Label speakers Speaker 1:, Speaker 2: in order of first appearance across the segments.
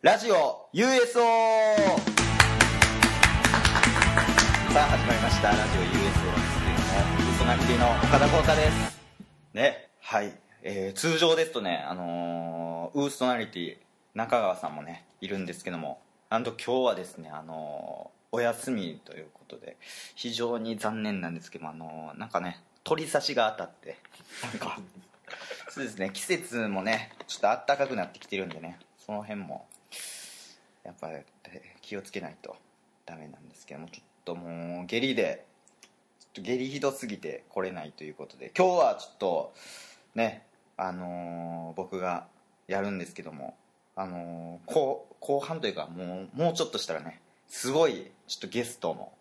Speaker 1: ラジオ USO さあ始まりましたラジオ USO の出演のウソ泣きの岡田光太ですねはい、えー通常ですとねあのーウーストナリティ中川さんもねいるんですけどもなんと今日はですねあのーお休みということで非常に残念なんですけどもあのーなんかね鳥刺しが当たってなんかそうですね季節もねちょっと暖かくなってきてるんでねその辺もやっぱり気をつけないとダメなんですけどもちょっともう下痢でちょっと下痢ひどすぎて来れないということで今日はちょっとねあのー僕がやるんですけどもあのー後後半というかもうもうちょっとしたらねすごいちょっとゲストも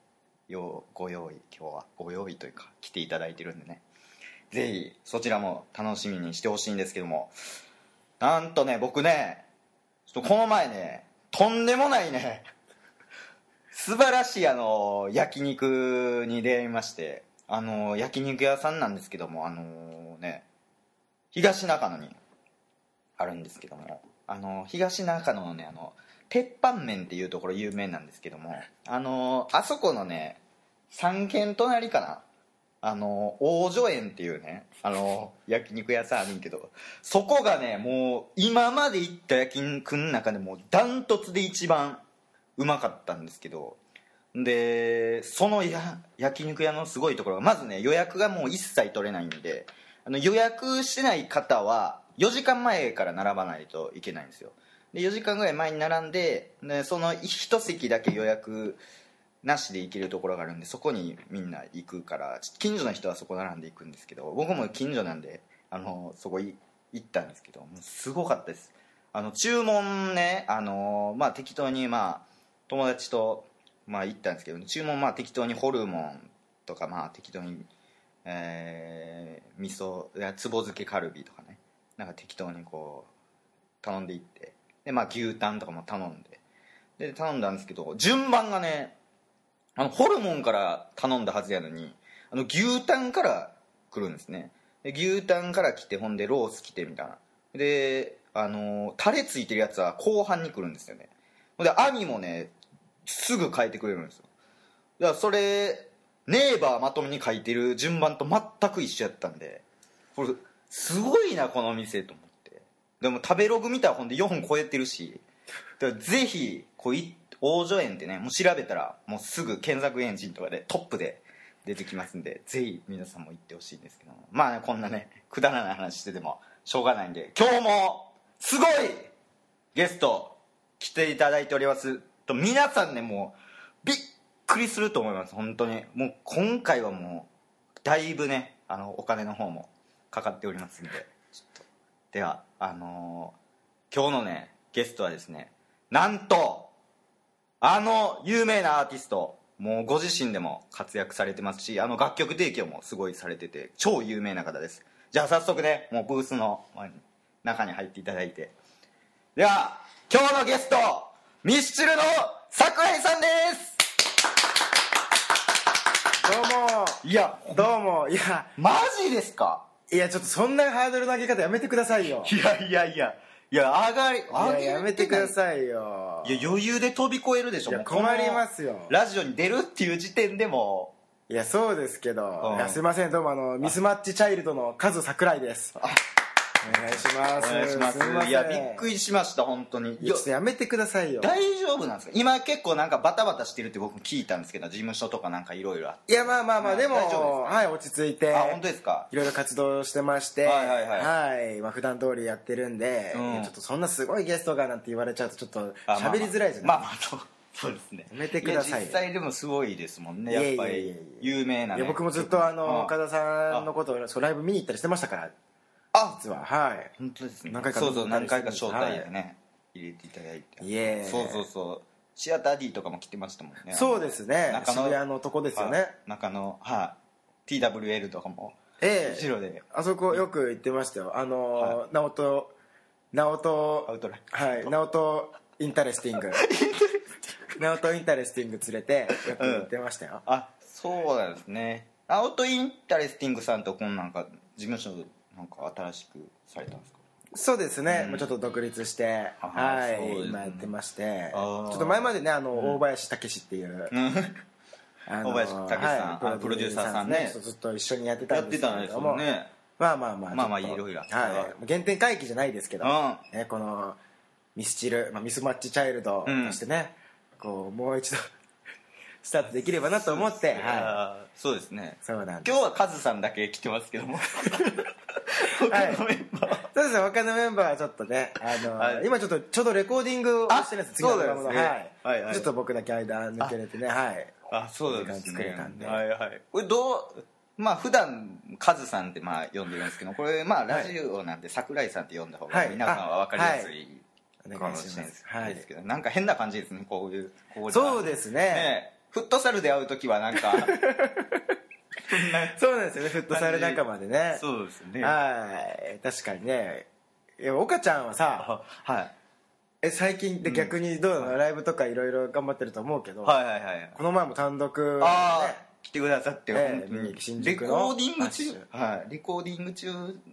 Speaker 1: ようご用意今日はご用意というか来ていただいてるんでねぜひそちらも楽しみにしてほしいんですけどもなんとね僕ねちょっとこの前ねとんでもないね 素晴らしいあの焼肉に出会いましてあの焼肉屋さんなんですけどもあのね東中野にあるんですけどもあの東中野のねあの鉄板麺っていうところ有名なんですけどもあのあそこのね三軒隣かなあの王女園っていうねあの焼肉屋さんあるんけどそこがねもう今まで行った焼肉の中でもダントツで一番うまかったんですけどでそのや焼肉屋のすごいところがまずね予約がもう一切取れないんであの予約してない方は4時間前から並ばないといけないんですよで4時間ぐらい前に並んででその1席だけ予約なしで行けるところがあるんでそこにみんな行くからち近所の人はそこ並んで行くんですけど僕も近所なんであのそこい行ったんですけどもうすごかったですあの注文ねあの、まあ、適当に、まあ、友達と、まあ、行ったんですけど注文まあ適当にホルモンとか、まあ、適当に、えー、味噌いやつぼ漬けカルビとかねなんか適当にこう頼んでいってで、まあ、牛タンとかも頼んでで頼んだんですけど順番がねあの、ホルモンから頼んだはずやのに、あの、牛タンから来るんですね。で牛タンから来て、ほんで、ロース来て、みたいな。で、あのー、タレついてるやつは後半に来るんですよね。ほんで、網もね、すぐ変えてくれるんですよ。だから、それ、ネイバーまとめに書いてる順番と全く一緒やったんで、これ、すごいな、この店、と思って。でも、食べログ見たらほんで4超えてるし、だからぜひこうい王女園ってねもう調べたらもうすぐ検索エンジンとかでトップで出てきますんでぜひ皆さんも行ってほしいんですけどもまあねこんなねくだらない話しててもしょうがないんで今日もすごいゲスト来ていただいておりますと皆さんねもうびっくりすると思います本当にもう今回はもうだいぶねあのお金の方もかかっておりますんでちょっとではあのー今日のねゲストはですねなんとあの有名なアーティストもうご自身でも活躍されてますしあの楽曲提供もすごいされてて超有名な方ですじゃあ早速ねもうブースの前に中に入っていただいてでは今日のゲストミスチルの桜井さんです
Speaker 2: どうも
Speaker 1: いや
Speaker 2: どうもいや
Speaker 1: マジですか
Speaker 2: いやちょっとそんなハードル投げ方やめてくださいよ
Speaker 1: いやいやいやいや上がり
Speaker 2: い
Speaker 1: 上
Speaker 2: や
Speaker 1: げ
Speaker 2: やめてくだ
Speaker 1: い
Speaker 2: さいよ
Speaker 1: いや余裕で飛び越えるでしょ
Speaker 2: いや
Speaker 1: もうこの
Speaker 2: 困りますよ
Speaker 1: ラジオに出るっていう時点でもう
Speaker 2: いやそうですけど
Speaker 1: うん
Speaker 2: いやすいませんどうもあのミスマッチチャイルドのカズ桜井ですお願いします
Speaker 1: お願いします
Speaker 2: いません
Speaker 1: いやびっくりしました本当に
Speaker 2: いやちょっとやめてくださいよ
Speaker 1: 大丈夫なんですか今結構なんかバタバタしてるって僕も聞いたんですけど事務所とかなんかいろいろあっ
Speaker 2: いやまあまあま
Speaker 1: は
Speaker 2: あ
Speaker 1: い
Speaker 2: でも
Speaker 1: 大丈夫ですか
Speaker 2: はい落ち着いて
Speaker 1: てあ本当ですか
Speaker 2: いろいろ活動してまして
Speaker 1: はいはいはい
Speaker 2: はいまあ普段通りやってるんで
Speaker 1: うん
Speaker 2: いやちょっとそんなすごいゲストがなんて言われちゃうとちょっと
Speaker 1: あまあ
Speaker 2: 喋りづらいじゃ
Speaker 1: まあ
Speaker 2: ない
Speaker 1: まあそうそうですね
Speaker 2: やめてくださいよ
Speaker 1: や実際でもすごいですもんねやっぱ
Speaker 2: いやいやいや
Speaker 1: り
Speaker 2: いや
Speaker 1: 有名ないね
Speaker 2: や僕もずっとあ
Speaker 1: うん
Speaker 2: の岡田さんのことをそうライブ見に行ったりしてましたから
Speaker 1: あ
Speaker 2: 実ははい
Speaker 1: 本当ですね
Speaker 2: 何回か
Speaker 1: そうそう何回か招待
Speaker 2: は
Speaker 1: で
Speaker 2: い
Speaker 1: ね入れていただいて
Speaker 2: いえ
Speaker 1: そうそうそうシアター D とかも来てましたもんね
Speaker 2: そうですね
Speaker 1: 中野
Speaker 2: 渋谷のとこですよ
Speaker 1: は
Speaker 2: ね
Speaker 1: い中野はい TWL とかも
Speaker 2: え
Speaker 1: 後
Speaker 2: え
Speaker 1: ろで
Speaker 2: あそこよく行ってましたよあのー直人直
Speaker 1: アウト
Speaker 2: 人
Speaker 1: ライン
Speaker 2: はい直人インタレスティング直人インタレスティング連れてよく行ってましたよ
Speaker 1: あそうなんですねアウトインタレスティングさんとこんなんか事務所なんか新しくされたんですか
Speaker 2: そうですね、もうちょっと独立して、
Speaker 1: あ
Speaker 2: は
Speaker 1: そうです
Speaker 2: い、
Speaker 1: ね
Speaker 2: 今やってまして、ち
Speaker 1: あー
Speaker 2: ょっと前までね、あの、大林武史っていう、 あの
Speaker 1: 大林武史さん
Speaker 2: はい
Speaker 1: あプロデューサーさんね
Speaker 2: そうずっと一緒にやってた
Speaker 1: や
Speaker 2: ん
Speaker 1: って
Speaker 2: ですけ
Speaker 1: たんで
Speaker 2: れ
Speaker 1: す
Speaker 2: ど
Speaker 1: よ
Speaker 2: も、
Speaker 1: ね
Speaker 2: まあまあまあ、
Speaker 1: まあまあ
Speaker 2: ちょっと
Speaker 1: いろいろ
Speaker 2: はい、原点回帰じゃないですけど、
Speaker 1: う
Speaker 2: ね、このミスチル、まあ、ミスマッチチャイルドとしてね、こうもう一度 スタートできればなと思って、は
Speaker 1: あーそうですね
Speaker 2: い、そうなんです
Speaker 1: 今日はカズさんだけ来てますけど も他のメンバーは
Speaker 2: そうですね他のメンバーはちょっとね、あの
Speaker 1: はい
Speaker 2: 今ちょっとちょうどレコーディングを
Speaker 1: あ
Speaker 2: してるんです次のアルバムの
Speaker 1: そうなんですね
Speaker 2: はい
Speaker 1: はいはい
Speaker 2: ちょっと僕だけ間抜けれてねはい
Speaker 1: あそうなんです
Speaker 2: 時間作れ
Speaker 1: ね
Speaker 2: たんで
Speaker 1: はいはいこれどうまあ普段カズさんってまあ呼んでるんですけどこれまあラジオなんで桜井さんって呼んだ方
Speaker 2: は
Speaker 1: が
Speaker 2: い
Speaker 1: 皆さんは分かりやす
Speaker 2: はいお
Speaker 1: か
Speaker 2: 願
Speaker 1: も
Speaker 2: い
Speaker 1: し
Speaker 2: し
Speaker 1: れな
Speaker 2: ま
Speaker 1: いです
Speaker 2: すはい
Speaker 1: けどなんか変な感じですねこういうここじゃ
Speaker 2: そうですね
Speaker 1: ねフットサルで会う時はなんか
Speaker 2: そうなんですよねフットサル仲間でね
Speaker 1: そうですね
Speaker 2: はい確かにねいや岡ちゃんはさ
Speaker 1: あはい
Speaker 2: え最近で逆にどうなの、ライブとかいろいろ頑張ってると思うけど、
Speaker 1: はいはいはい
Speaker 2: この前も単独、ね、
Speaker 1: ああ来てくださって、
Speaker 2: ええ
Speaker 1: 本当に
Speaker 2: 新
Speaker 1: レ
Speaker 2: 宿
Speaker 1: コ
Speaker 2: の
Speaker 1: ーディング
Speaker 2: アッシ
Speaker 1: 中はいレコーディング中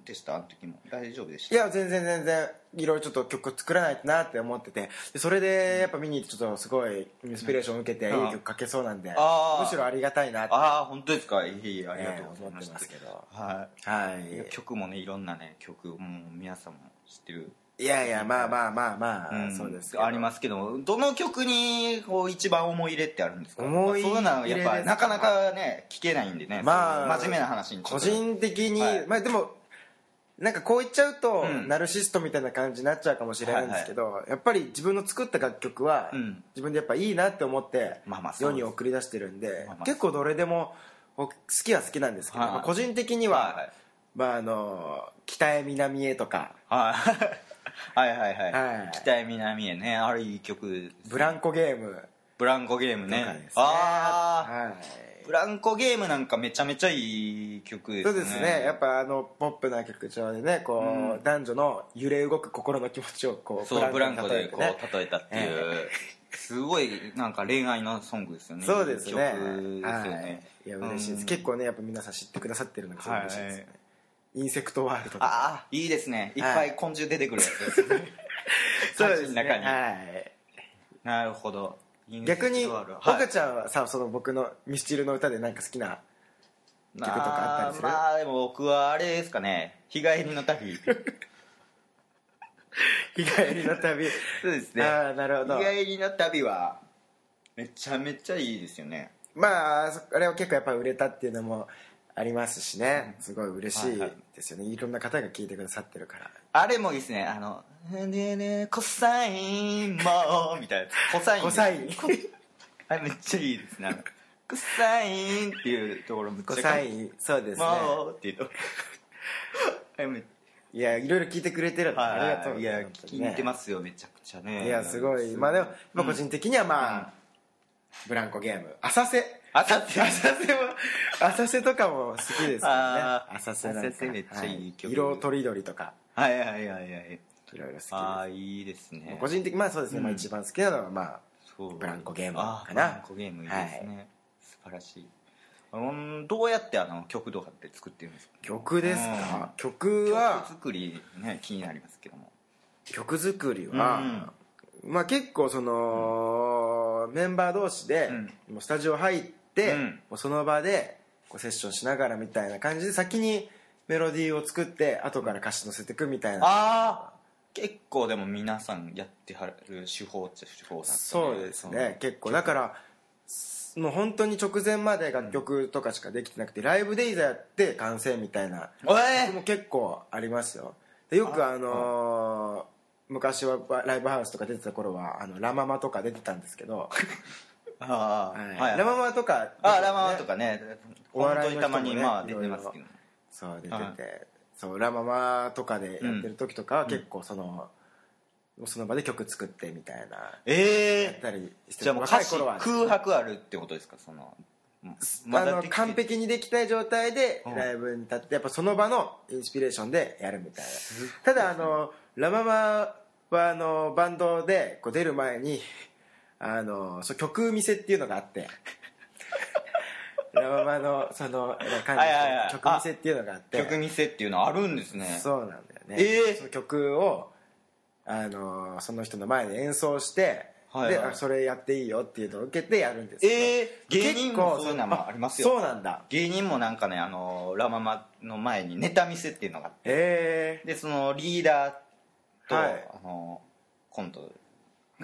Speaker 1: でしたあの時も大丈夫でし
Speaker 2: い
Speaker 1: た
Speaker 2: や全然全然いろいろちょっと曲作らないとなって思っててでそれでやっぱ見に行ってちょっとすごいインスピレーションを受けていい
Speaker 1: うん
Speaker 2: 曲書けそうなんで
Speaker 1: あー
Speaker 2: むしろありがたいなって
Speaker 1: ああ本当ですかいえいえありがとうございま
Speaker 2: ええ思って
Speaker 1: す,、
Speaker 2: ますけど
Speaker 1: は、
Speaker 2: はいい
Speaker 1: 曲もねいろんなね曲もう皆さんも知ってる、
Speaker 2: いやいやまあまあまあまあ、
Speaker 1: ん
Speaker 2: そうです
Speaker 1: ありますすけどどの曲にこう一番思い入れってあるんですか
Speaker 2: 思い入
Speaker 1: そ
Speaker 2: れ
Speaker 1: ういうのはやっ
Speaker 2: です
Speaker 1: ぱ
Speaker 2: か
Speaker 1: なかなかね聞けないんでね、
Speaker 2: まあ
Speaker 1: そういう真面目な話にちょ
Speaker 2: 個
Speaker 1: っと
Speaker 2: 人的に、
Speaker 1: はい
Speaker 2: まあでもなんかこう言っちゃうと、
Speaker 1: うん
Speaker 2: ナルシストみたいな感じになっちゃうかもしれないんですけど、やっぱり自分の作った楽曲は、
Speaker 1: うん
Speaker 2: 自分でやっぱいいなって思って
Speaker 1: まあまあそう
Speaker 2: 世
Speaker 1: です
Speaker 2: に送り出してるんで、
Speaker 1: まあまあ
Speaker 2: 結構どれでも僕好きは好きなんですけど、
Speaker 1: はい
Speaker 2: まあ個人的に
Speaker 1: は
Speaker 2: は、
Speaker 1: いはい
Speaker 2: まああの北へ南へとか
Speaker 1: はいはいはいはい、
Speaker 2: はい
Speaker 1: 北へ南へねあれいい曲ですね
Speaker 2: ブランコゲーム
Speaker 1: ブランコゲーム
Speaker 2: とか
Speaker 1: ね
Speaker 2: ですね
Speaker 1: ああ、
Speaker 2: はい
Speaker 1: ブランコゲームなんかめちゃめちゃいい曲ですね
Speaker 2: そうですねやっぱあのポップな曲調でねこう、男女の揺れ動く心の気持ちをこう
Speaker 1: そうブランコ
Speaker 2: に例
Speaker 1: で
Speaker 2: えて
Speaker 1: こ
Speaker 2: ね
Speaker 1: う例えたっていう、すごいなんか恋愛のソングですよね
Speaker 2: そうですね。
Speaker 1: いい曲ですよね、
Speaker 2: はい、いや嬉しいです、
Speaker 1: うん
Speaker 2: 結構ねやっぱ皆さん知ってくださってるのがすごい嬉しいですね。
Speaker 1: は
Speaker 2: インセクトワールドとか。
Speaker 1: ああいいですねいっ
Speaker 2: は
Speaker 1: ぱ
Speaker 2: い
Speaker 1: い昆虫出てくるやつです ね歌詞の中に、
Speaker 2: はい。
Speaker 1: なるほどインセク
Speaker 2: 逆に
Speaker 1: トワールはい
Speaker 2: 岡ちゃんはさその僕のミスチルの歌でなんか好きな。曲とかあったりする
Speaker 1: あーまあでも僕はあれですかね日帰りの 旅
Speaker 2: 日帰りの旅。
Speaker 1: そうですね
Speaker 2: ああなるほど。
Speaker 1: 日帰りの旅はめちゃめちゃいいですよね
Speaker 2: まあそあれは結構やっぱ売れたっていうのもありますしね。すごい嬉しいですよね。いろんな方が聞いてくださってるから。
Speaker 1: あれもいいですねあの「ねえねえねえコサインも」みたい なやつコサイン
Speaker 2: コサイン。
Speaker 1: あれめっちゃいいですねあの「コサイン」っていうところめっちゃ
Speaker 2: コサイン。そうですね。
Speaker 1: もう」っていうとこあれめ
Speaker 2: いやいろいろ聞いてくれてるの
Speaker 1: はい
Speaker 2: ありがとうご
Speaker 1: い
Speaker 2: ざ
Speaker 1: や
Speaker 2: います。
Speaker 1: 聞いてますよめちゃくちゃね
Speaker 2: いやすごいまあでも、まあ、個人的にはまあ、ブランコゲーム浅瀬
Speaker 1: 浅瀬
Speaker 2: 浅瀬も浅瀬とかも好きですよね
Speaker 1: あー
Speaker 2: 浅瀬なんか
Speaker 1: 浅瀬めっちゃいい曲
Speaker 2: は色とりどりとか
Speaker 1: はいはいはいはい
Speaker 2: いろいろ好きです
Speaker 1: ああいいですね
Speaker 2: 個人的まあそうですね、まあ、一番好きなのはまあ
Speaker 1: そう
Speaker 2: ブランコゲーム
Speaker 1: あ
Speaker 2: かな
Speaker 1: ブランコゲームいいですね、素晴らしいうんどうやってあの曲とかって作ってるんですか
Speaker 2: 曲ですか、曲
Speaker 1: 曲
Speaker 2: は
Speaker 1: 作りね気になりますけども
Speaker 2: 曲作りは、まあ結構その、メンバー同士で、もうスタジオ入って、
Speaker 1: うん
Speaker 2: もうその場でこうセッションしながらみたいな感じで先にメロディーを作って後から歌詞乗せていくみたいな
Speaker 1: ああ結構でも皆さんやってはる手法っちゃ手法なんですね
Speaker 2: そうですね結構だからすもう本当に直前まで楽曲とかしかできてなくて、ライブでいざやって完成みたいな
Speaker 1: おい
Speaker 2: 曲も結構ありますよでよくあのー昔はライブハウスとか出てた頃はあのラ・ママとか出てたんですけど、
Speaker 1: ああ、
Speaker 2: はい
Speaker 1: はい
Speaker 2: ラ・ママとか、
Speaker 1: ああラママとかね
Speaker 2: お
Speaker 1: 本
Speaker 2: 笑
Speaker 1: 当
Speaker 2: い
Speaker 1: に
Speaker 2: の
Speaker 1: た
Speaker 2: 人もね
Speaker 1: まにまあ出てますけ
Speaker 2: い
Speaker 1: ど
Speaker 2: そう出てて、
Speaker 1: はい
Speaker 2: そうラ・ママとかでやってる時とかは結構その、その場で曲作ってみたいな
Speaker 1: え
Speaker 2: やっ
Speaker 1: え
Speaker 2: たりして
Speaker 1: じゃあもう
Speaker 2: 若
Speaker 1: 歌
Speaker 2: い
Speaker 1: 詞
Speaker 2: 頃は
Speaker 1: 空白あるってことですかその
Speaker 2: あの完璧にできた状態で
Speaker 1: うん
Speaker 2: ライブに立ってやっぱその場のインスピレーションでやるみたいなただあのラ・ママはあのバンドでこう出る 前にあのそう曲見せっていうのがあってラママのその感
Speaker 1: はいはいはい
Speaker 2: じ曲見せっていうのがあって
Speaker 1: 曲見せっていうのあるんですね
Speaker 2: そうなんだよね、
Speaker 1: ええ
Speaker 2: その曲を、あのーその人の前で演奏して、
Speaker 1: はいはい
Speaker 2: であそれやっていいよっていうのを受けてやるんです
Speaker 1: ええ芸人もそういうのもありますよ
Speaker 2: そうなんだ
Speaker 1: 芸人もなんかねあのラ・ママの前にネタ見せっていうのがあって
Speaker 2: ええ
Speaker 1: でそのリーダーと、
Speaker 2: はい
Speaker 1: あのコント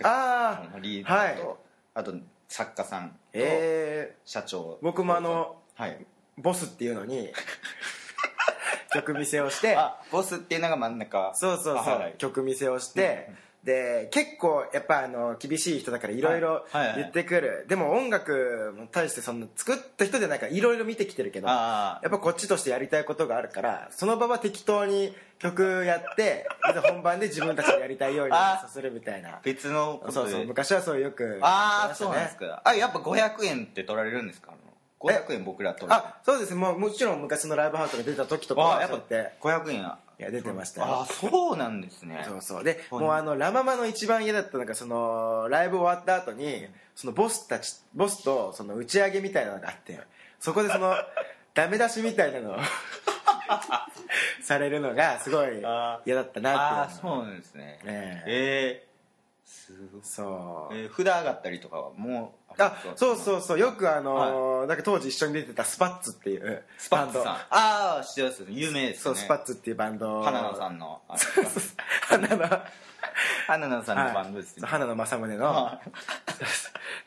Speaker 2: ああ
Speaker 1: リーダーと、
Speaker 2: はい
Speaker 1: あと作家さんと、
Speaker 2: ええ
Speaker 1: 社長
Speaker 2: 僕もあの
Speaker 1: はい
Speaker 2: ボスっていうの に曲見せをして
Speaker 1: あボスっていうのが真ん中
Speaker 2: そうそうそう、
Speaker 1: あはい
Speaker 2: 曲見せをして、で結構やっぱあの厳しい人だからいろいろ
Speaker 1: はいはいはい
Speaker 2: 言ってくる、でも音楽も対してその作った人じゃないからいろいろ見てきてるけどや
Speaker 1: ああ
Speaker 2: っぱこっちとしてやりたいことがあるからその場は適当に曲やっていざ本番で自分たちでやりたいように
Speaker 1: あ
Speaker 2: させるみたいな
Speaker 1: 別のことで
Speaker 2: そうそう昔はそうよく
Speaker 1: ああ
Speaker 2: やって
Speaker 1: そ
Speaker 2: ま
Speaker 1: う
Speaker 2: した
Speaker 1: なん
Speaker 2: ね
Speaker 1: ですかあやっぱ500円って取られるんですかあの500円僕ら取る
Speaker 2: あそうですねもうもちろん昔のライブハウスが出た時とか
Speaker 1: あ
Speaker 2: は
Speaker 1: やっ
Speaker 2: そうやって
Speaker 1: ぱ500円あ
Speaker 2: いや出てましたよ
Speaker 1: あそうなんですね
Speaker 2: そうそうで、
Speaker 1: はい
Speaker 2: もうあのラ・ママの一番嫌だったのがそのライブ終わった後にそのボスたちボスとその打ち上げみたいなのがあってそこで そのダメ出しみたいなのを されるのがすごい
Speaker 1: あー
Speaker 2: 嫌だった
Speaker 1: あ
Speaker 2: な
Speaker 1: あ
Speaker 2: っていう
Speaker 1: そうなんですね
Speaker 2: ええ
Speaker 1: ええすごい
Speaker 2: そう、
Speaker 1: えー札上がったりとかはもう
Speaker 2: あそう
Speaker 1: う
Speaker 2: そうそうよくあのーなんか当時一緒に出てたスパッツっていう
Speaker 1: スパッツさん
Speaker 2: バン
Speaker 1: ああ知ってます有名で
Speaker 2: ド
Speaker 1: す
Speaker 2: そ
Speaker 1: ね
Speaker 2: うスパッツっていうバンド
Speaker 1: 花野さんのあ
Speaker 2: 花の
Speaker 1: 花野さんのバンドですね
Speaker 2: 花の正宗の
Speaker 1: は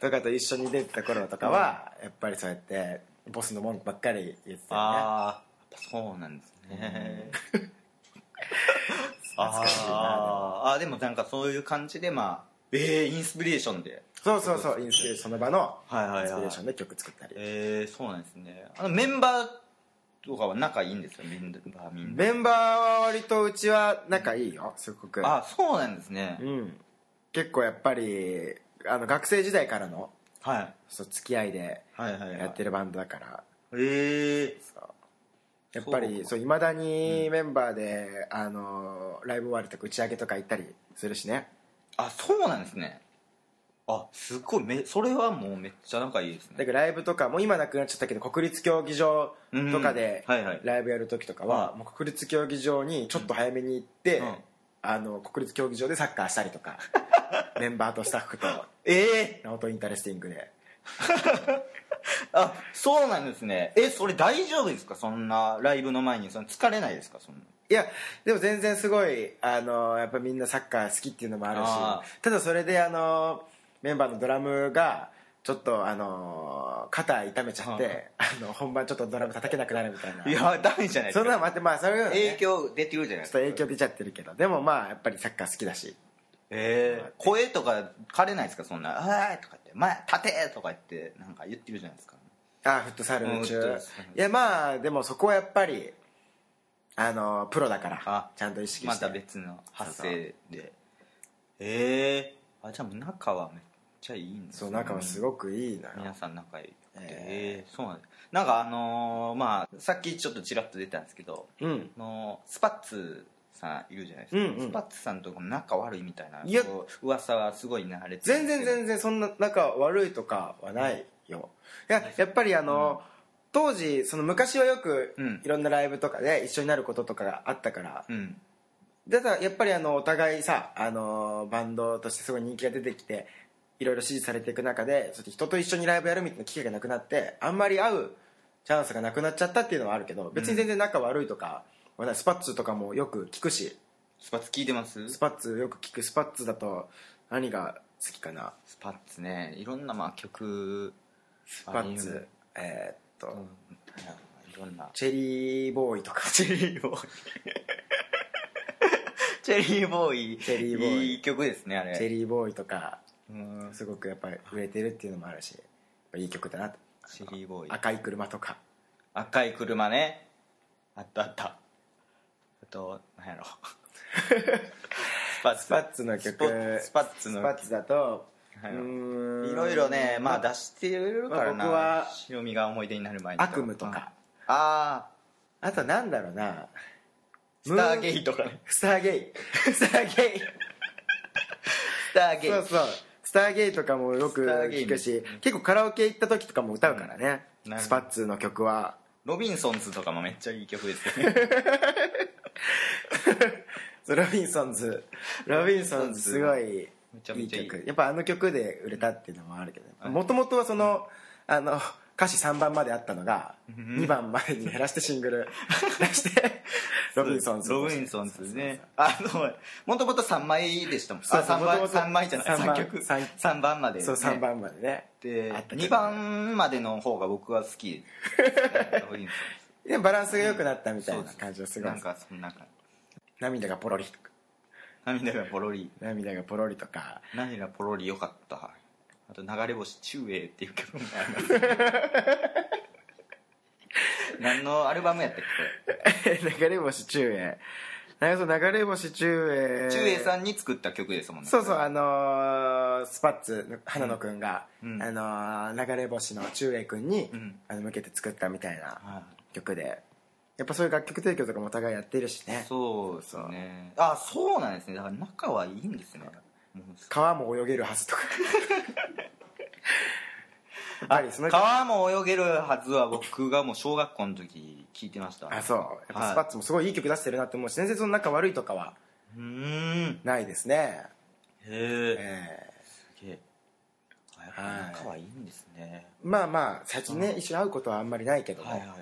Speaker 2: とかと一緒に出てた頃とかはやっぱりそうやってボスの文句ばっかり言ってたよね
Speaker 1: ああやっぱそうなんです ね
Speaker 2: 懐かしいな
Speaker 1: あーあーでもなんかそういう感じでまあええインスピレーションで
Speaker 2: そうそうそうインスピレーションその場の
Speaker 1: はいはいはい
Speaker 2: インスピレーションで曲作ったり
Speaker 1: ええそうなんですねあのメンバーとかは仲いいんですよメンバーみんな
Speaker 2: メンバーは割とうちは仲いいよすごく
Speaker 1: あそうなんですね
Speaker 2: うん結構やっぱりあの学生時代からの
Speaker 1: はい
Speaker 2: そう付き合いで
Speaker 1: はいはいはい
Speaker 2: やってるバンドだから
Speaker 1: ええ
Speaker 2: やっぱ
Speaker 1: そう
Speaker 2: り
Speaker 1: か
Speaker 2: そういまだにメンバーであのライブ終わりとか打ち上げとか行ったりするしね
Speaker 1: あそうなんですねあすごいめそれはもうめっちゃ仲いいです
Speaker 2: だ
Speaker 1: ね
Speaker 2: からライブとかもう今なくなっちゃったけど国立競技場とかで
Speaker 1: うんはいはい
Speaker 2: ライブやる時とかはもう国立競技場にちょっと早めに行って、
Speaker 1: うん
Speaker 2: あの国立競技場でサッカーしたり とかメンバーとスタッフと
Speaker 1: ええ
Speaker 2: ナオトインタレスティングで
Speaker 1: あそうなんですねえそれ大丈夫ですかそんなライブの前にその疲れないですかそんない
Speaker 2: やでも全然すごいあのやっぱみんなサッカー好きっていうのもあるし
Speaker 1: あ
Speaker 2: ただそれであのメンバーのドラムがちょっとあの肩痛めちゃっ
Speaker 1: はい
Speaker 2: てあの本番ちょっとドラム叩けなくなるみたいない
Speaker 1: やダメじゃないで
Speaker 2: そ
Speaker 1: す
Speaker 2: んな
Speaker 1: か
Speaker 2: のもあってまあそれはね
Speaker 1: 影響出てくるじゃないで
Speaker 2: ちょっ
Speaker 1: す
Speaker 2: と
Speaker 1: か
Speaker 2: 影響出ちゃってるけどでもまあやっぱりサッカー好きだし
Speaker 1: ええ声とか枯れないですかそんな「あーい」とか言って「前立て!」とか言ってなんか言ってるじゃないですか
Speaker 2: あフットサル
Speaker 1: うん
Speaker 2: 中
Speaker 1: フットサル
Speaker 2: いやまあでもそこはやっぱりあのプロだから
Speaker 1: あ
Speaker 2: ちゃんと意識
Speaker 1: ま
Speaker 2: して、
Speaker 1: た別の発声でええあじゃあもう仲はめっちゃいいんです
Speaker 2: そう仲はすごくいいのよ
Speaker 1: 皆さん仲良くて、え
Speaker 2: え
Speaker 1: ーそうなんですなんかあのーまあさっきちょっとちらっと出たんですけど、
Speaker 2: うん
Speaker 1: あのースパッツさんいるじゃないですか、
Speaker 2: うんうん
Speaker 1: スパッツさんとかも仲悪いみたいない
Speaker 2: や
Speaker 1: こう噂はすごい流れてるんですけど
Speaker 2: 全然全然そんな仲悪いとかはないよいややっぱりあの、当時その昔はよく
Speaker 1: うん
Speaker 2: いろんなライブとかで一緒になることとかがあったから、
Speaker 1: うん
Speaker 2: だからやっぱりあのお互いさあのバンドとしてすごい人気が出てきていろいろ支持されていく中でそうやって人と一緒にライブやるみたいな機会がなくなってあんまり会うチャンスがなくなっちゃったっていうのはあるけど別に全然仲悪いとか、はないスパッツとかもよく聞くし
Speaker 1: スパッツ聞いてます
Speaker 2: スパッツよく聞くスパッツだと何が好きかな
Speaker 1: スパッツねいろんなまあ曲ス
Speaker 2: スパッツえーっと、
Speaker 1: いろんな
Speaker 2: チェリーボーイとか
Speaker 1: チェリーボーイチェリーボーイ
Speaker 2: チェリーボーイ
Speaker 1: いい曲ですねあれ
Speaker 2: チェリーボーイとか
Speaker 1: うん
Speaker 2: すごくやっぱり売れてるっていうのもあるしやっぱいい曲だなと
Speaker 1: チェリーボーイ
Speaker 2: 赤い車とか
Speaker 1: 赤い車ねあったあったあと何や ろスパッツ
Speaker 2: スパッツの曲
Speaker 1: スポスパッツの
Speaker 2: スパッツだと
Speaker 1: はいう
Speaker 2: ーん
Speaker 1: いろいろねまあ出してるからな、
Speaker 2: まあ僕は
Speaker 1: しおみが思い出になる前に
Speaker 2: 悪夢とか、
Speaker 1: あ
Speaker 2: あとなんだろうな
Speaker 1: あスターゲイとかね
Speaker 2: スターゲイスターゲイ
Speaker 1: スターゲイ
Speaker 2: そうそうスターゲイとかもよく
Speaker 1: スターゲイ
Speaker 2: 聞くし結構カラオケ行った時とかも歌うからね、
Speaker 1: なるほど
Speaker 2: スパッツの曲は
Speaker 1: ロビンソンズとかもめっちゃいい曲ですよね
Speaker 2: そうロビンソンズロビンソンズすごい
Speaker 1: めちゃ
Speaker 2: い
Speaker 1: め
Speaker 2: い
Speaker 1: ちゃいい
Speaker 2: 曲やっぱあの曲で売れたっていうのもあるけ
Speaker 1: は
Speaker 2: ど
Speaker 1: い
Speaker 2: もともとはそのあの歌詞3番まであったのが2番までに減らしてシング ル出して ロビンソンズ
Speaker 1: ロビンソンズねあのもともと3枚でしたもん
Speaker 2: そう
Speaker 1: あ
Speaker 2: そう
Speaker 1: 三番
Speaker 2: 元々
Speaker 1: 三枚じゃない
Speaker 2: 三番
Speaker 1: 3曲
Speaker 2: 三
Speaker 1: 3番まで
Speaker 2: そう
Speaker 1: ね
Speaker 2: 3番までね
Speaker 1: で
Speaker 2: あったけど
Speaker 1: 2番までの方が僕は好き ですねロビンソン
Speaker 2: でバランスが良くなったみ
Speaker 1: ズ
Speaker 2: たい
Speaker 1: そう
Speaker 2: な
Speaker 1: です
Speaker 2: 感じがすごい
Speaker 1: なんかそのなんか
Speaker 2: 涙がポロリとか
Speaker 1: 涙がポロリ
Speaker 2: 涙がポロリとか
Speaker 1: 涙がポロリ良かったあと流れ星中英っていう曲もあります 何のアルバムやったっけこれ
Speaker 2: 流れ星中英なんかその流れ星中英
Speaker 1: 中英さんに作った曲ですもんね
Speaker 2: そうそうあのースパッツの花野くんが、
Speaker 1: うん
Speaker 2: あのー流れ星の中英くんに、
Speaker 1: うん
Speaker 2: あの向けて作ったみたいな
Speaker 1: は
Speaker 2: 曲でやっぱそういう楽曲提供とかもお互いやってるし
Speaker 1: い
Speaker 2: ね
Speaker 1: そうですねあそうなんですねだから仲はいいんですねもう
Speaker 2: 川も泳げるはずとかやっぱりその
Speaker 1: 川も泳げるはずは僕がもう小学校の時聞いてました
Speaker 2: あそうやっぱスパッツもすごいいい曲出してるなって思うし全然その仲悪いとかは
Speaker 1: うーんへ
Speaker 2: ないですね
Speaker 1: え
Speaker 2: ええ
Speaker 1: すげえあやっぱ仲はいいんですね
Speaker 2: まあまあ最近ね一緒に会うことはあんまりないけども、
Speaker 1: はいはいはい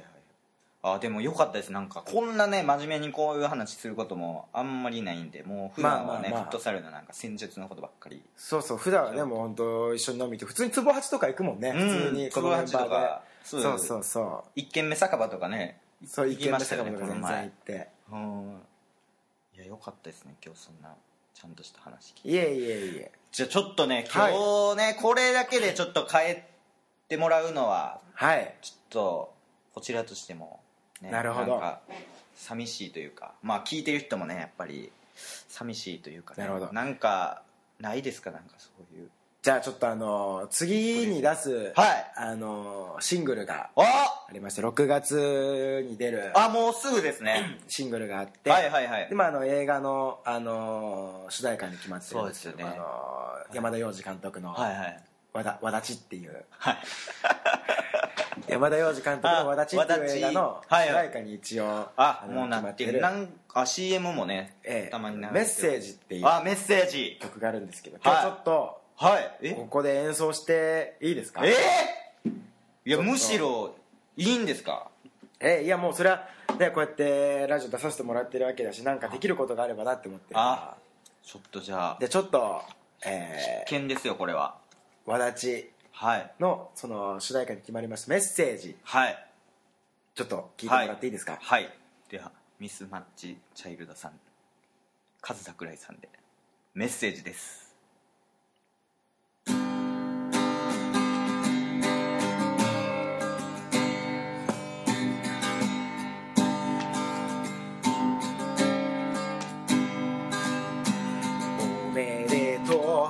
Speaker 1: あでも良かったですなんかこんなね真面目にこういう話することもあんまりないんでもう普段はね、
Speaker 2: まあまあまあ
Speaker 1: フットサルのなんか戦術のことばっかり
Speaker 2: そうそう普段はねもう本当一緒に飲みと普通に壺八とか行くもんね、普通にこのメンバ
Speaker 1: ツーハチ
Speaker 2: ー
Speaker 1: と
Speaker 2: で
Speaker 1: か
Speaker 2: そ
Speaker 1: そううそうう
Speaker 2: そそうそ
Speaker 1: 一軒目酒場とかね
Speaker 2: うそう
Speaker 1: 行
Speaker 2: 行
Speaker 1: き
Speaker 2: き
Speaker 1: ま
Speaker 2: ま
Speaker 1: し
Speaker 2: したた
Speaker 1: よ
Speaker 2: か
Speaker 1: ね
Speaker 2: ら全然
Speaker 1: この前
Speaker 2: 行って
Speaker 1: うんいやよかったですね今日そんなちゃんとした話聞いて
Speaker 2: いえいえいえ
Speaker 1: じゃあちょっとね今日ね、これだけでちょっと変えてもらうのは
Speaker 2: はい
Speaker 1: ちょっとこちらとしても、ね、
Speaker 2: なるほど
Speaker 1: んか寂しいというかまあ聞いてる人もねやっぱり寂しいというか、ね、
Speaker 2: なるほど
Speaker 1: んかないですかなんかそういう
Speaker 2: じゃあちょっとあの次に出す、
Speaker 1: はい
Speaker 2: あのシングルが
Speaker 1: あ
Speaker 2: ありまして6月に出る
Speaker 1: あもうすぐですね
Speaker 2: シングルがあって、
Speaker 1: はいはいはい
Speaker 2: でまああの映画の、あの主題歌に決まってるんですけど
Speaker 1: そうですよね
Speaker 2: あの山田洋次監督の
Speaker 1: はいはい
Speaker 2: 「わだわだち」っていう
Speaker 1: はい
Speaker 2: 山田洋次監督
Speaker 1: あ
Speaker 2: の「わだち」っていう映画の主
Speaker 1: わだちはい
Speaker 2: 題歌に一応
Speaker 1: あ
Speaker 2: の
Speaker 1: もうなってるなんか CM もね、
Speaker 2: ええ
Speaker 1: たまに流れてる
Speaker 2: メッセージっていう
Speaker 1: あメッセージ
Speaker 2: 曲があるんですけど
Speaker 1: はい
Speaker 2: 今日ちょっと
Speaker 1: はいえ
Speaker 2: ここで演奏していいですか
Speaker 1: ええいやむしろいいんですか
Speaker 2: えいやもうそれはねこうやってラジオ出させてもらってるわけだしなんかできることがあればなって思って
Speaker 1: あちょっとじゃあ
Speaker 2: でちょっとえ
Speaker 1: 危険ですよこれは
Speaker 2: ーわだち
Speaker 1: はい
Speaker 2: のその主題歌に決まりましたメッセージ
Speaker 1: はい
Speaker 2: ちょっと聞いてもらっていいですか、
Speaker 1: はいではミスマッチチャイルドさんカズ桜井さんでメッセージです
Speaker 2: おめでと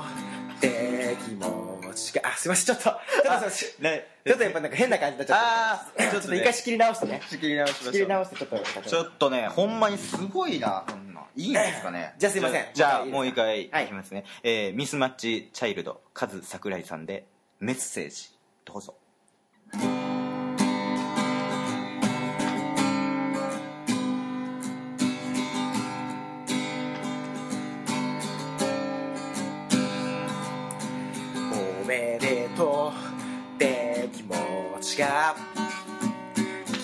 Speaker 2: うって気持ちがあすいませんちょっとちょっとすいません
Speaker 1: ね
Speaker 2: ちょっとやっぱなんか変な感じになっちゃっ
Speaker 1: あ
Speaker 2: た
Speaker 1: ー
Speaker 2: ち
Speaker 1: ち
Speaker 2: ょ
Speaker 1: ょ
Speaker 2: っ
Speaker 1: っ
Speaker 2: と
Speaker 1: とね
Speaker 2: 一回仕切り直してね
Speaker 1: 仕切り直しましょ
Speaker 2: 仕
Speaker 1: う
Speaker 2: 切り直してちょっと
Speaker 1: ちょっとねほんまにすごいなこんなんいいんですかね
Speaker 2: じゃあすいません
Speaker 1: じゃあ
Speaker 2: も
Speaker 1: も
Speaker 2: う
Speaker 1: う
Speaker 2: 一
Speaker 1: 一
Speaker 2: 回いい
Speaker 1: 回
Speaker 2: です
Speaker 1: い
Speaker 2: かは
Speaker 1: きま
Speaker 2: い
Speaker 1: すね、えーミスマッチチャイルドカズ桜井さんでメッセージどうぞ
Speaker 2: おめでとうって気持ちが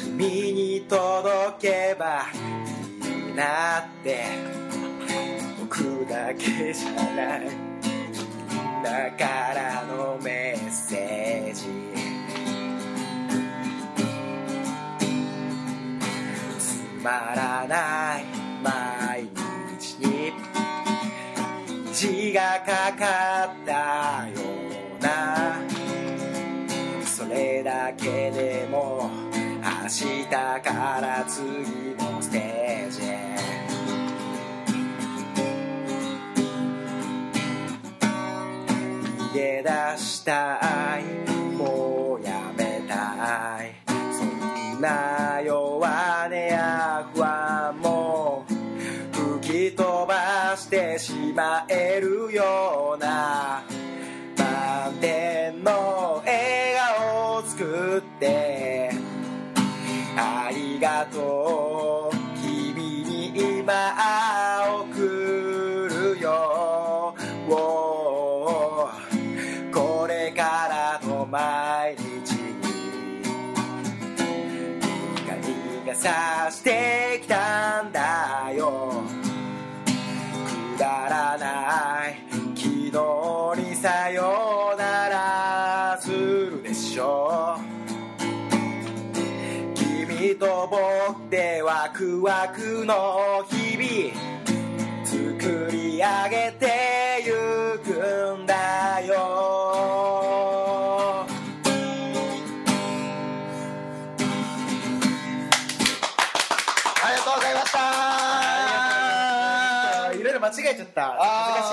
Speaker 2: 君に届けばいいなって僕だけじゃないみんなからのメッセージつまらない毎日に字がかかったようなそれだけでも明日から次のステージへ逃げ出したいもうやめたいそんな弱音や不安も吹き飛ばしてしまえるような満点の笑顔を作っってありがとう君に今送るよ、おーこれからの毎日に光が差してきたんだよくだらない昨日にさよならするでしょう君と僕でワクワクの日々作り上げてゆくんだよ
Speaker 1: ありがとうございました
Speaker 2: あいろいろ間違えちゃった
Speaker 1: あ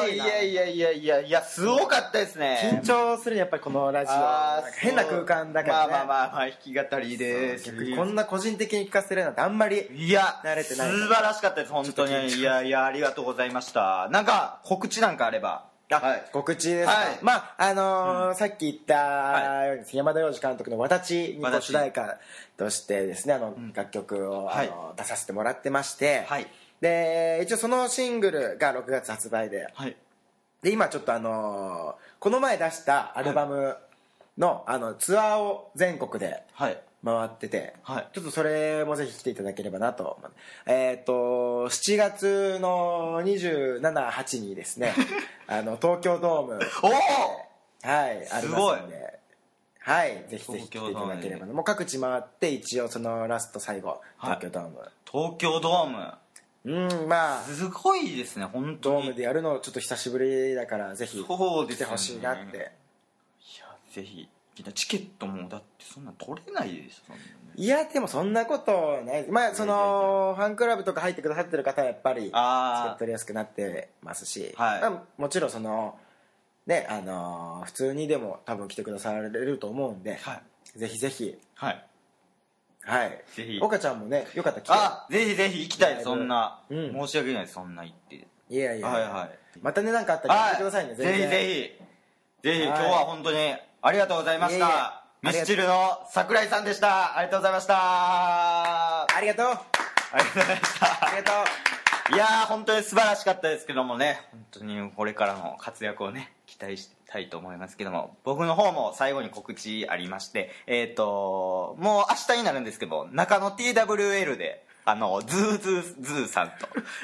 Speaker 2: 恥
Speaker 1: ー
Speaker 2: ず
Speaker 1: い
Speaker 2: かしいな
Speaker 1: やいやいやいやいやすごかったですね
Speaker 2: 緊張するねやっぱりこのラジオ
Speaker 1: あ
Speaker 2: な
Speaker 1: ー
Speaker 2: んか変な空間だからね
Speaker 1: まあまあまあまあ弾き語りです
Speaker 2: 逆にこんな個人的に聞かせるなんてあんまり
Speaker 1: いや
Speaker 2: 慣れてない
Speaker 1: 素晴らしかったです本当
Speaker 2: ちょっと緊
Speaker 1: に
Speaker 2: 張
Speaker 1: いやいやありがとうございましたなんか告知なんかあればはい
Speaker 2: 告知ですか、
Speaker 1: はい
Speaker 2: まああのーさっき言った
Speaker 1: は
Speaker 2: ように、山田洋次監督の「私」に
Speaker 1: わ
Speaker 2: ご
Speaker 1: たち
Speaker 2: 主題歌としてですねあの、楽曲を、
Speaker 1: はい
Speaker 2: あの出させてもらってまして、
Speaker 1: はい
Speaker 2: で一応そのシングルが6月発売で
Speaker 1: はい
Speaker 2: で今ちょっとあのーこの前出したアルバムの,、あのツアーを全国で
Speaker 1: はい
Speaker 2: 回ってて、
Speaker 1: はい
Speaker 2: ちょっとそれもぜひ来ていただければなと思うえっ、と7月の278にです ねあの東京ドーム
Speaker 1: おお
Speaker 2: はいありますんではいぜひぜひ来
Speaker 1: 東
Speaker 2: て
Speaker 1: 京
Speaker 2: い
Speaker 1: ド
Speaker 2: た
Speaker 1: ーム
Speaker 2: だければなもう各地回って一応そのラスト最後
Speaker 1: はい
Speaker 2: 東京ドーム、
Speaker 1: 東京ドーム
Speaker 2: うんまあ
Speaker 1: すごいですね本
Speaker 2: ド
Speaker 1: 当
Speaker 2: ー
Speaker 1: に
Speaker 2: ム
Speaker 1: い
Speaker 2: でやるのちょっと久しぶりだからぜひ
Speaker 1: そう
Speaker 2: 来
Speaker 1: です
Speaker 2: て
Speaker 1: よね
Speaker 2: ほしいなって、
Speaker 1: やぜひチケットもだってそんな取れないでしょそんなね
Speaker 2: いやでもそんなことないまあそのファンクラブとか入ってくださってる方はやっぱりチケ
Speaker 1: あ
Speaker 2: ット取りやすくなってますし、
Speaker 1: はい
Speaker 2: まあもちろんそのねあのー普通にでも多分来てくだされると思うんで、
Speaker 1: あはい
Speaker 2: ぜひぜひ
Speaker 1: はい
Speaker 2: はい
Speaker 1: ぜひ
Speaker 2: 岡ちゃんもねよかったら来て
Speaker 1: あぜひぜひ行きたい
Speaker 2: ライブ
Speaker 1: そんな
Speaker 2: うん
Speaker 1: 申し訳ないそんな行って
Speaker 2: いやいや
Speaker 1: はいはい
Speaker 2: またねなんかあったら
Speaker 1: は
Speaker 2: 聞
Speaker 1: い
Speaker 2: いてくださいね、
Speaker 1: ぜひぜひぜひ今
Speaker 2: はい
Speaker 1: 日は本当にありがとうございまし
Speaker 2: いえいえ
Speaker 1: たミスチルの桜井さんでしたありがとうございましたあ
Speaker 2: ありがとう
Speaker 1: りがとうございました
Speaker 2: ありがと
Speaker 1: いやー本当に素晴らしかったですけどもね本当にこれからの活躍をね期待したいと思いますけども僕の方も最後に告知ありましてえっ、ともう明日になるんですけど中野 TWL であのズーズーズーさんと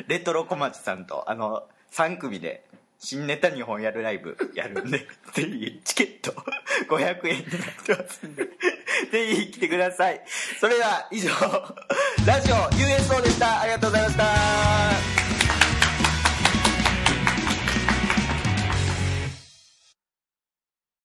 Speaker 1: レトロ小町さんとあの3組で新ネタ2本やるライブやるんでぜひチケット500円になってますんで ぜひ来てくださいそれでは以上ラジオ USO でしたありがとうございました